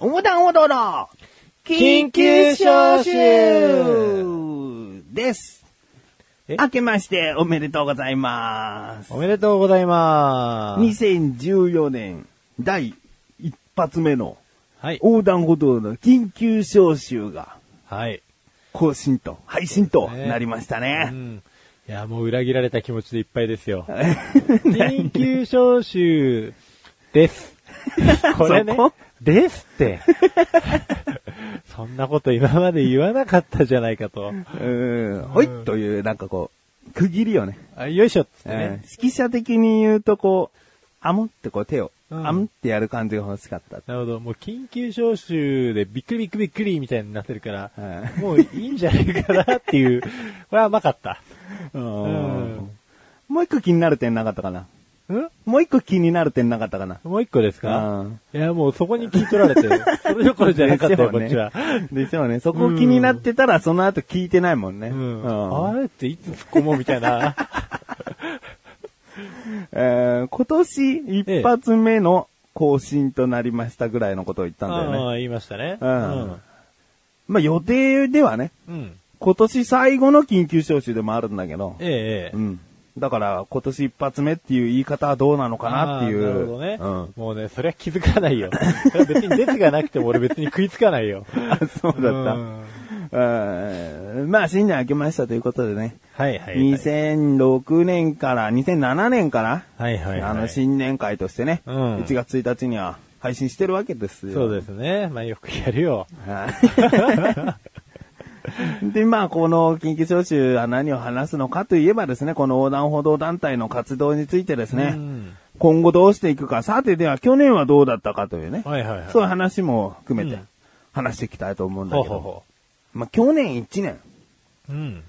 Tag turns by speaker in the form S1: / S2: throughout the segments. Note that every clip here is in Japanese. S1: 横断歩道の
S2: 緊急招集
S1: です
S2: え。
S1: 明けましておめでとうございます。
S2: おめでとうございます。
S1: 2014年第一発目の
S2: はい。
S1: 横断歩道の緊急招集が
S2: はい。
S1: 更新と配信となりました
S2: う
S1: ね。
S2: ん。いや、もう裏切られた気持ちでいっぱいです よ。 緊急招集 です。これね
S1: そこ。
S2: ですって。 そんなこと今まで言わなかったじゃないかと。
S1: うん。ほいっというなんかこう、区切りをね。
S2: あよいしょっつっ
S1: え
S2: てね。
S1: ー指揮者的に言うとこう、あもってこう手を、
S2: うん
S1: あむってやる感じが欲しかった。
S2: なるほど。もう緊急招集でびっくりびっくりびっくりみたいになってるから、
S1: はい
S2: もういいんじゃないかなっていう。これは甘か った。
S1: うんもう一個気になる点なかったかな。
S2: うん
S1: もう一個気になる点なかったかな。
S2: もう一個です
S1: う
S2: か
S1: ん
S2: いや、もうそこに聞い取ら れてる。それどころじゃなかったよ、こっ
S1: でし
S2: ち
S1: ょ
S2: は。
S1: うね。でしょうね。そこ気になってたら、その後聞いてないもんね。
S2: うん。
S1: うん
S2: あれっていつ突っ込もうみたいな。
S1: えー今年一発目の更新となりましたぐらいのことを言ったんだよね。
S2: ああ言いましたね。
S1: うんまあ予定ではね、
S2: うん。うん。
S1: 今年最後の緊急招集でもあるんだけど、
S2: ええええ
S1: うん。だから、今年一発目っていう言い方はどうなのかなってい
S2: ああなる
S1: う。
S2: ほどね、
S1: うん。
S2: もうね、そりゃ気づかないよ。それは別に出てがなくても俺 別に食いつかないよ。
S1: そうだ
S2: う
S1: っ
S2: ん
S1: た。うん。まあ、新年明けましたということでね。
S2: はいはい、はい。
S1: 2006年から、2007年から、
S2: はいはい、はい。
S1: あの、新年会としてね、
S2: うん
S1: 1月1日には配信してるわけですよ。
S2: そうですね。まあよくやるよ。
S1: はい。 で、まあ、この緊急招集は何を話すのかといえばですね、この横断歩道団体の活動についてですね、
S2: うん
S1: 今後どうしていくか、さてでは去年はどうだったかというね、
S2: はいはいはい。
S1: そういうう話も含めて
S2: うん
S1: 話していきたいと思うんだ
S2: ほう
S1: けど、
S2: ほうほ
S1: まあ、去年1年、
S2: う。うん。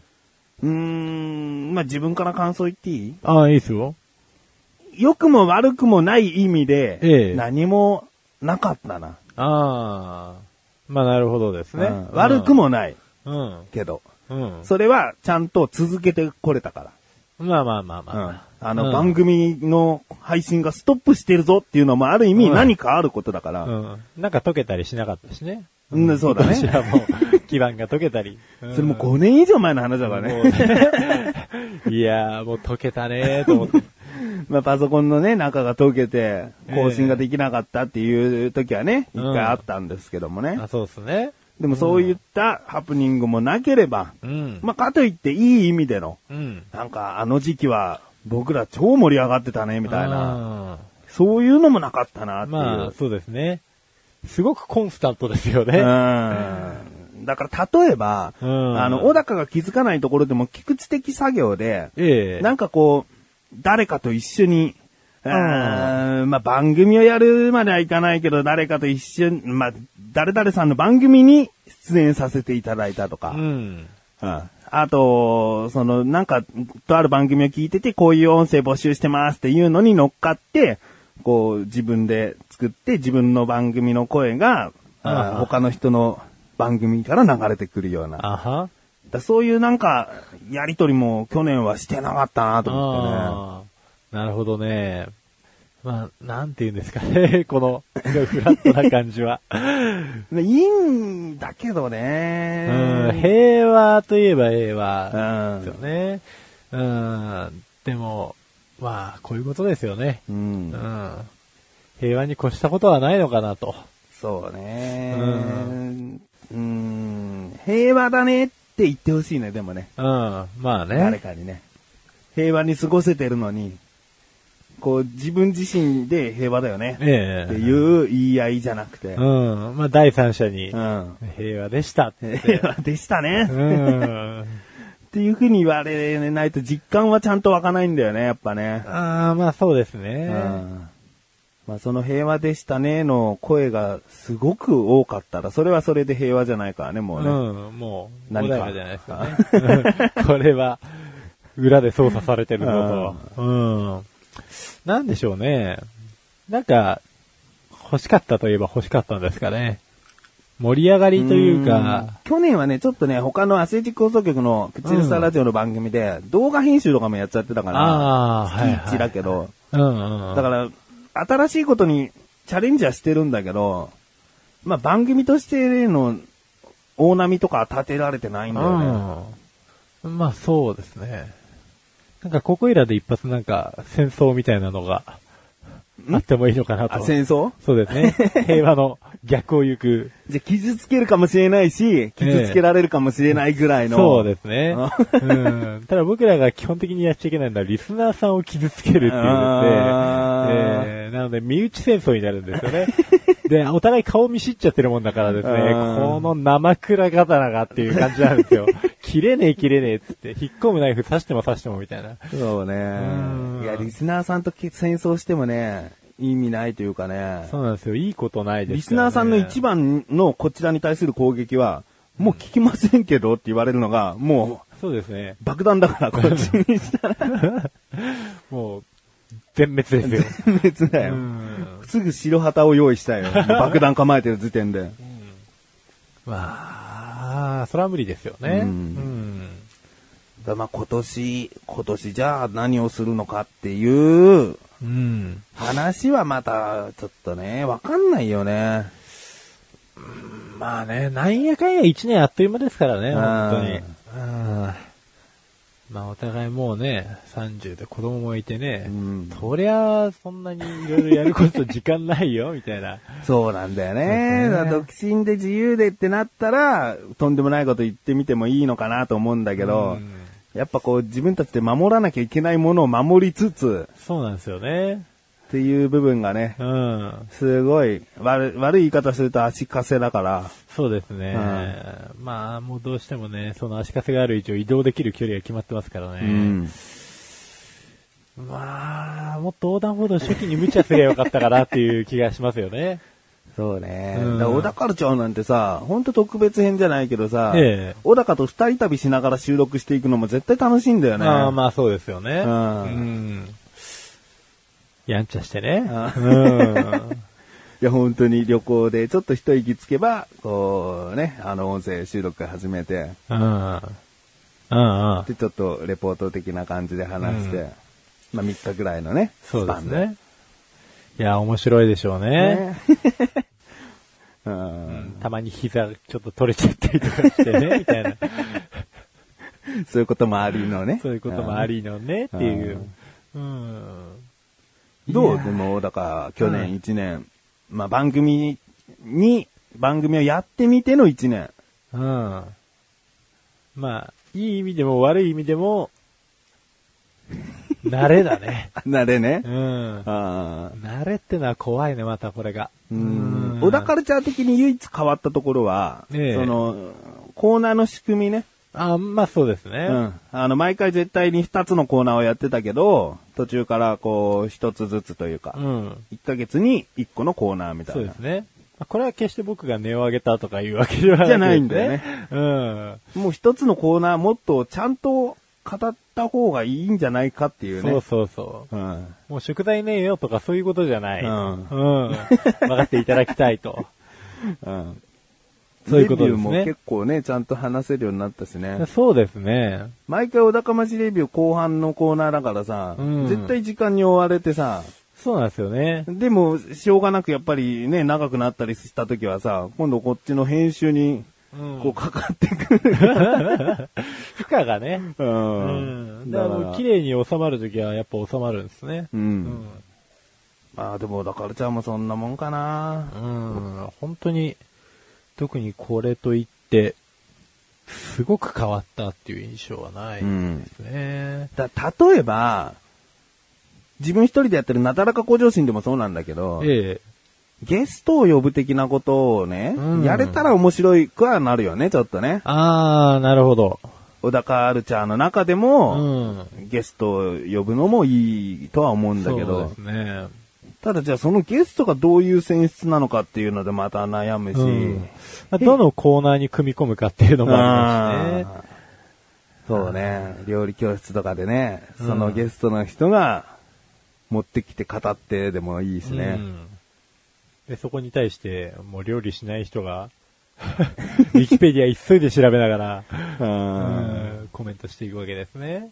S1: うーん、まあ、自分から感想言っていい
S2: ああ、いいっすよ。
S1: 良くも悪くもない意味で、
S2: ええ
S1: 何もなかったな、
S2: ああ。まあなるほどですね。
S1: うん悪く。もない
S2: うん。
S1: けど、
S2: うん。
S1: それはちゃんと続けてこれたから。
S2: まあまあまあまあ。
S1: あの、
S2: うん
S1: 番組の配信がストップしてるぞっていうのもある意味
S2: うん
S1: 何かあることだから。
S2: うん。なんか溶けたりしなかったしね。
S1: うんそうだね
S2: 昔はもう、基盤が溶けたり。
S1: それも5年以上前の話だから
S2: も
S1: ね。
S2: うね いやー、もう溶けたねーと思って。
S1: まあ、パソコンのね、中が溶けて、更新ができなかったっていう時はね、一、
S2: うん
S1: 回あったんですけどもね
S2: あ、。そうっすね。
S1: でもそういったハプニングもなければ、
S2: うん。
S1: まあ、かといっていい意味での、
S2: うん。
S1: なんかあの時期は僕ら超盛り上がってたね、み
S2: み
S1: たいな。。そういうのもなかったな、っていう。
S2: まあ、そうですね。すごくコンスタントですよね。
S1: うんだから例えば、
S2: うん
S1: あの、小高が気づかないところでも菊池的作業で、
S2: ええ
S1: なんかこう、誰かと一緒に、
S2: ん
S1: あーまあ、番組をやるまではいかないけど、誰かと一緒に、まあ、誰々さんの番組に出演させていただいたとか、
S2: うん。
S1: うんあと、その、なんか、とある番組を聞いてて、こういう音声募集してますっていうのに乗っかって、こう、自分で作って、自分の番組の声が、あ
S2: あ
S1: ー
S2: あ
S1: 他の人の番組から流れてくるような。
S2: あは。
S1: だそういうなんか、やりとりも去年はしてなかったなと思っ
S2: ああなるほどね。まあ、なんて言うんですかね。 この、すごいフラットな感 じは。
S1: てね。いいんだけど
S2: う
S1: ね。
S2: ん、平和といえば平和
S1: う
S2: ですよ
S1: ん
S2: ね。うん、でも、まあ、こういうことですよね。
S1: う
S2: うんん。平和に越したことはないのかなと。
S1: そうね
S2: う。
S1: うん。平和だねって言ってほしいね、でもね。
S2: うん、まあ
S1: 誰
S2: ね。
S1: かにね。平和に過ごせてるのに、こう自分自身で平和だよね。
S2: え
S1: っ
S2: え
S1: ていう言い合いじゃなくて。
S2: うん、まあ、第三者に
S1: う、ん。
S2: 平和でしたって。
S1: 平和でしたね。
S2: う
S1: っ
S2: ん。
S1: ていう風に言われないと実感はちゃんと湧かないんだよね、やっぱね。
S2: ああ、まあそうです
S1: う
S2: ね。
S1: ん。まあその平和でしたねの声がすごく多かったら、それはそれで平和じゃないからね、もうね。
S2: うん、もう、
S1: 何
S2: 穏
S1: か
S2: やかじゃないですかね。うんこれは、裏で操作されてるのと。うん。なんでしょうね。なんか、欲しかったといえば欲しかったんですかね。盛り上がりというか、
S1: うん去年はね、ちょっとね、他のアスレチック放送局のプチルサラジオの番組で、動画編集とかもやっちゃってたから、
S2: ああ、はい、
S1: 月
S2: は
S1: 一
S2: い。
S1: だけど、
S2: うん、うん。、
S1: だからら、新しいことにチャレンジはしてるんだけど、まあ番組としての大波とか立てられてないんだよね。
S2: うん。まあそうですね。なんかここいらで一発なんか戦争みたいなのがあってもいいのかな
S1: あ、
S2: と。
S1: 戦争
S2: そうですね。 平和の逆を行く。
S1: じゃ、傷つけるかもしれないし、傷つけられるかもしれないぐらいの。
S2: そうですね
S1: あ。
S2: うん。ただ僕らが基本的にやっちゃいけないのはリスナーさんを傷つけるっていうので、
S1: あー
S2: えーなので身内戦争になるんです よね。で、お互い顔見知っちゃってるもんだからですね、
S1: あー
S2: この生倉刀がっていう感じなんですよ。 切れねえ切れねえっつって、引っ込むナイフ刺しても刺してもみたいな。
S1: そう
S2: うん
S1: ね。いや、リスナーさんとけ戦争してもね、意味ないというかね。
S2: そうなんですよ。いいことないです、ね。
S1: リスナーさんの一番のこちらに対する攻撃は、もう聞きませんけどって言われるのが、も
S2: そうですね。
S1: う爆弾だからこっちにしたら
S2: もう、全滅ですよ。
S1: 滅だよ。
S2: ん。
S1: すぐ白旗を用意したよ。爆弾構えてる時点で。
S2: まあ、それは無理ですよね。
S1: うん
S2: ん
S1: だからまあ今年、今年じゃあ何をするのかっていう
S2: うん。
S1: 話はまたちょっとね、わかんないよね。
S2: まあね、なんやかんや1年あっという間ですからね、本当に。うん。まあお互いもうね、30で子供もいてね、
S1: うん
S2: そりゃ、そんなにいろいろやること時間ないよ、みたいな。
S1: そうなんだよ
S2: そ
S1: ね。
S2: う
S1: だ
S2: で
S1: から
S2: すね
S1: 独身で自由でってなったら、とんでもないこと言ってみてもいいのかなと思うんだけど、
S2: うん
S1: やっぱこう自分たちで守らなきゃいけないものを守りつつ
S2: そうなんですよね。
S1: っていう部分がね、
S2: うん。
S1: すごい悪悪い言い方すると足かせだから、
S2: そうですね。まあ、もうどうしてもね、その足かせがある以上移動できる距離が決まってますからね。
S1: うん
S2: まあ、もっと横断歩道初期に無茶すればよかったかなっていう気がしますよね。
S1: そうね。
S2: うん
S1: だから小田カルチャーなんてさ、ほんと特別編じゃないけどさ、
S2: ええ
S1: 小高と二人旅しながら収録していくのも絶対楽しいんだよね。
S2: まあまあそうですよね。
S1: うん
S2: んやんちゃしてね。
S1: う
S2: うん。
S1: いや、本当に旅行でちょっと一息つけば、こうね、あの音声収録始めて、
S2: うん。うんうん。
S1: で、ちょっとレポート的な感じで話して、
S2: うん
S1: まあ3日ぐらいのね、
S2: そう
S1: ス
S2: で
S1: パ
S2: す
S1: ン で。
S2: ね。いや、面白いでしょうね。
S1: ね。うん、
S2: たまに膝ちょっと取れちゃったりとかして ね、みたいな。
S1: そういうこともありのね。
S2: そういうこともありのね、っていう。うん。
S1: うん。ど
S2: いうや
S1: でも、だから、去年1年、まあ番組に、番組をやってみての1年。
S2: うん。まあ、いい意味でも悪い意味でも、慣れ だね。
S1: 慣れね
S2: う。ん。
S1: ああ。
S2: 慣れってのは怖いね、またこれが。
S1: うん。小田カルチャー的に唯一変わったところは、
S2: ええ
S1: その、コーナーの仕組みね。
S2: あ、まあそうですね。
S1: うん。あの、毎回絶対に2つのコーナーをやってたけど、途中からこう、1つずつというか、
S2: うん。
S1: 1ヶ月に1個のコーナーみたい
S2: そ
S1: な。
S2: うですね。まあこれは決して僕が値を上げたとかいうわけではない、
S1: じゃないんだよね。
S2: うん。
S1: もう一つのコーナーもっとちゃんと語った方がいいんじゃないかっていうね。
S2: そうそうそう。
S1: うん。
S2: もう食材ねえよとかそういうことじゃない。
S1: うん
S2: うん。分かっていただきたいと。
S1: うん。
S2: そういうことで
S1: レビュー
S2: すね
S1: も結構ね、ちゃんと話せるようになったしね。
S2: そうですね。
S1: 毎回お高ましレビュー後半のコーナーだからさ、
S2: うん
S1: 絶対時間に追われてさ、
S2: そうなんですよね。
S1: でも、しょうがなくやっぱりね、長くなったりした時はさ、今度こっちの編集に、
S2: うん
S1: こうかかってくる。
S2: 負荷がね。
S1: う
S2: うんん。だからもう綺麗に収まるときはやっぱ収まるんですね。
S1: う。
S2: うんん。
S1: まあでも、だからちゃんもそんなもんかな。
S2: うん。本当に、特にこれといって、すごく変わったっていう印象はないですね。
S1: だ例えば、自分一人でやってるなだらか向上心でもそうなんだけど、
S2: ええ。
S1: ゲストを呼ぶ的なことをね、
S2: うん
S1: やれたら面白くはなるよね、ちょっとね。
S2: あー、なるほど。
S1: 小高アルチャーの中で
S2: う
S1: も、
S2: ん。
S1: ゲストを呼ぶのもいいとは思うんだけ
S2: そう
S1: ど
S2: です、ね。
S1: ただじゃあそのゲストがどういう選出なのかっていうのでまた悩むし、
S2: うんまあどのコーナーに組み込むかっていうのもありますしね。
S1: あーそうね、料理教室とかでね、そのゲストの人が持ってきて語ってでもいいしね。
S2: うんで、そこに対して、もう料理しない人が、 ウィキペディア一斉で調べなが
S1: うん
S2: ら、うんコメントしていくわけですね。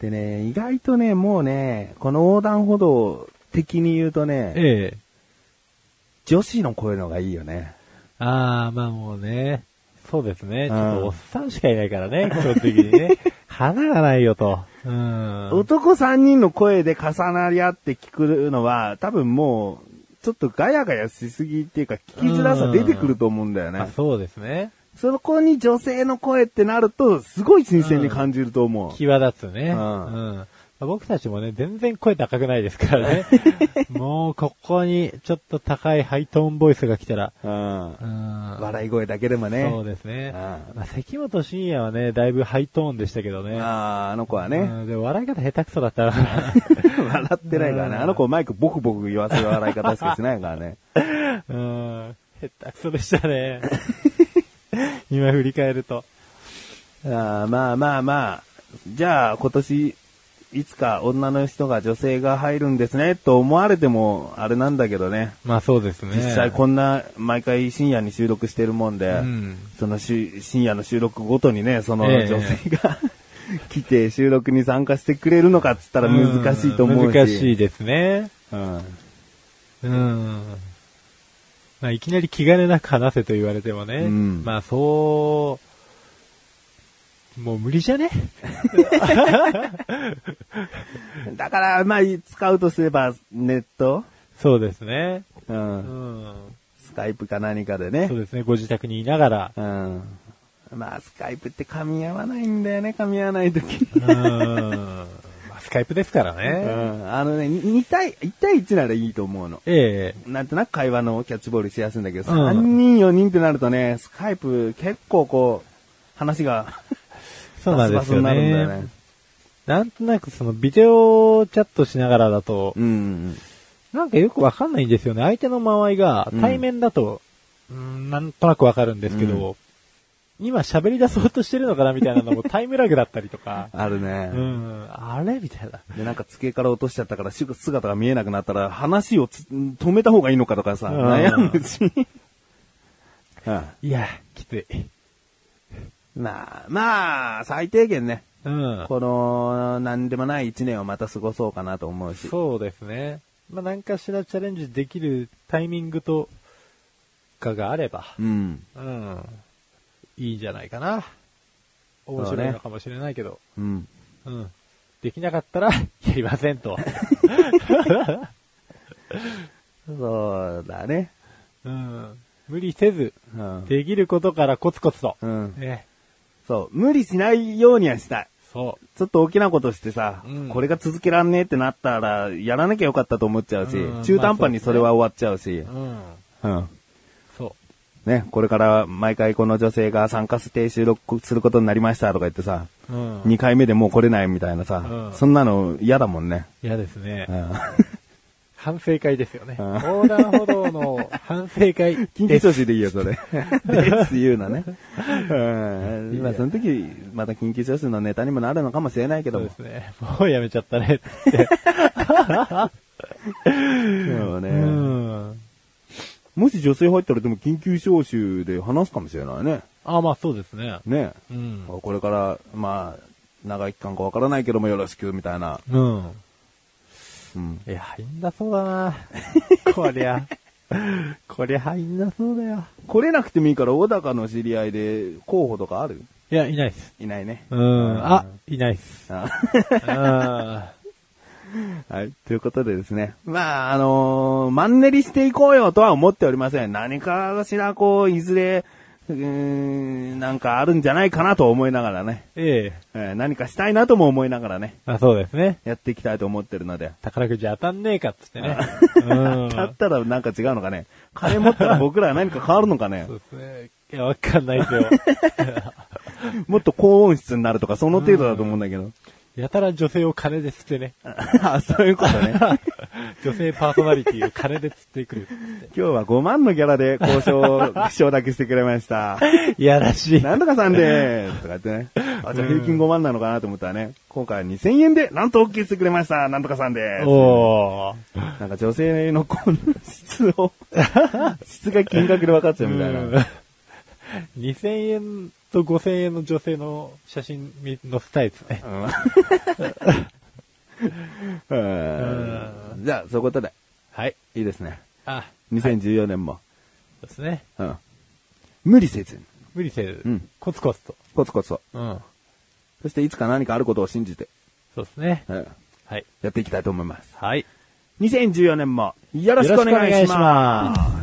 S1: でね、意外とね、もうね、この横断歩道的に言うとね、
S2: ええ。
S1: 女子の声のがいいよね。
S2: ああ、まあもうね。そうですね。ち
S1: う
S2: ょ
S1: ん
S2: っとおっさんしかいないからね、基 本的にね。花がないよと。うん。
S1: 男3人の声で重なり合って聞くのは、多分もう、ちょっとガヤガヤしすぎっていうか、聞きづらさ出てくると思うんだよ
S2: あ
S1: ね。
S2: そうですね。
S1: そこに女性の声ってなると、すごい新鮮に感じると思う。
S2: 際立つね。
S1: う
S2: うんん。まあ僕たちもね、全然声高くないですから ね。もう、ここに、ちょっと高いハイトーンボイスが来たら、
S1: うん
S2: う。ん。
S1: 笑い声だけでもね。
S2: そうですね。
S1: うん
S2: まあ、関本深也はね、だいぶハイトーンでしたけどね。
S1: あーあの子は
S2: う
S1: ね、
S2: んで、笑い方下手くそだ ったから。
S1: 笑ってないからね。あの子マイクボクボク言わせる笑い方しかしないから ね。
S2: うん。下手くそでした ね。今振り返ると。
S1: あーまあまあまあ、じゃあ今年、いつか女の人が女性が入るんですね、と思われても、あれなんだけどね。
S2: まあそうですね。
S1: 実際こんな、毎回深夜に収録してるもんで、
S2: うん
S1: そのし深夜の収録ごとにね、その
S2: ええ
S1: 女性が、 来て収録に参加してくれるのかっつったら難しいと思うし。
S2: 難しいですね。
S1: うん。
S2: うん。まあ、いきなり気兼ねなく話せと言われてもね。
S1: うん
S2: まあ、そう、もう無理じゃね
S1: だから、まあ、使うとすれば、ネット、
S2: そうですね。
S1: う、
S2: うんん。
S1: スカイプか何かでね
S2: そう。ですね。ご自宅にいながら。
S1: うん。まあ、スカイプって噛み合わないんだよね、噛み合わないとき。
S2: うん。 まあ、スカイプですから
S1: う
S2: ね。
S1: ん。あのね、2対、1対1ならいいと思うの。
S2: ええ
S1: なんとなく会話のキャッチボールしやすいんだけど、
S2: うん
S1: 3人、4人ってなるとね、スカイプ結構こう、話が
S2: そうなんですよ
S1: バスバスになるんだよ
S2: ね
S1: ね。。
S2: なんとなくそのビデオチャットしながらだと、
S1: うん。
S2: なんかよくわかんないんですよね。相手の間合いが
S1: うん
S2: 対面だと、うん、なんとなくわかるんですけど、今喋り出そうとしてるのかなみたいなの もタイムラグだったりとか、
S1: ある
S2: う
S1: ね。
S2: ん、あれみたいな。
S1: で、なんか机から落としちゃったから、し姿が見えなくなったら、話をつ止めた方がいいのかとかさ、
S2: うん
S1: 悩むし。 うん
S2: いや、きつい。
S1: まあ、まあ、最低限ね、
S2: うん。
S1: この、なんでもない一年をまた過ごそうかなと思うし。
S2: そうですね。まあ、何かしらチャレンジできるタイミングとかがあれば、
S1: うん。
S2: うん、いいんじゃないか
S1: う
S2: な。
S1: ね
S2: 面白いのかもしれないけど。
S1: うん。
S2: うん。できなかったら、 やりませんと。
S1: そうだね。
S2: うん。無理せず、
S1: うん。
S2: できることからコツコツと。
S1: うん。
S2: ね。
S1: そう。無理しないようにはしたい。
S2: そ
S1: ちょっと大きなことしてさ、
S2: うん
S1: これが続けらんねえってなったら、やらなきゃよかったと思っちゃうし、
S2: うん
S1: 中途半端にそれは終わっちゃうし
S2: う。う、ん。
S1: うん。
S2: そ
S1: ね、これから毎回この女性が参加して収録することになりましたとか言ってさ、
S2: う。うん。
S1: 2回目でもう来れないみたいなさ
S2: う、ん
S1: そんなの嫌だもんね。
S2: 嫌ですね
S1: う。 ん
S2: 反省会ですよね。
S1: うん
S2: 横断歩道の反省 会
S1: 緊
S2: で
S1: 急招
S2: す。
S1: 集でいいよ、それ。 です、言うな ね。うん。まあ、その時、また緊急招集のネタにもなるのかもしれないけど
S2: そ
S1: も
S2: うで。すね。もうやめちゃったねって。
S1: そう
S2: う
S1: ね。
S2: ん。
S1: もし女性入ったらでも緊急招集で話すかもしれないね。
S2: あ、まあそうですね。
S1: ね。
S2: うん。
S1: これから、まあ、長い期間かわからないけどもよろしく、みたいな。
S2: うん。
S1: うん。
S2: いや、入んなそうだな。こりゃ。こりゃ入んなそうだよ。
S1: 来れなくてもいいから、小高の知り合いで候補とかある
S2: いや、いないです。
S1: いないね。
S2: うん。あ、いないっす。
S1: あ
S2: うん。
S1: はい。ということでですね。まあ、あのーマンネリしていこうよとは思っておりません。何かしら、こう、いずれ、うーん、なんかあるんじゃないかなと思いながらね。
S2: ええ。
S1: えー何かしたいなとも思いながらね、
S2: あ、そうですね。
S1: やっていきたいと思ってるので。
S2: 宝くじ当たんねえかっつってね。うん。
S1: だったらなんか違うのかね。金持ったら僕らは何か変わるのかね
S2: そ。うですね。いや、わかんないです よ。
S1: もっと高音質になるとか、その程度だと思うんだけど。
S2: やたら女性を金で釣って ね。
S1: あ、 そういうことね。
S2: 女性パーソナリティを金で釣ってくるっつっ
S1: 今日は5万のギャラで交渉を承諾してくれました。
S2: て。いやらしい。
S1: なんとかさんでーすとか言ってね。あ、じゃあ平均5万なのかなと思ったらね、今回は2000円でなんと OK してくれました。なんとかさんでーす。
S2: おー。
S1: なんか女性のこの質を、質が金額で分かっちゃうみたいな。
S2: うん2000円と5000円の女性の写真見載せたいですね。
S1: うん うんじゃあ、そういうことで、
S2: はい。
S1: いいですね。
S2: あ、
S1: 2014年も。
S2: そうですね。
S1: うん。無理せずに。
S2: 無理せず、
S1: うん
S2: コツコツと。
S1: コツコツと。
S2: うん。
S1: そしていつか何かあることを信じて、
S2: そうですね。
S1: うん
S2: はい。
S1: やっていきたいと思います。
S2: はい。
S1: 2014年もよろしくお願いし
S2: よろしくお願いし
S1: ま。
S2: ます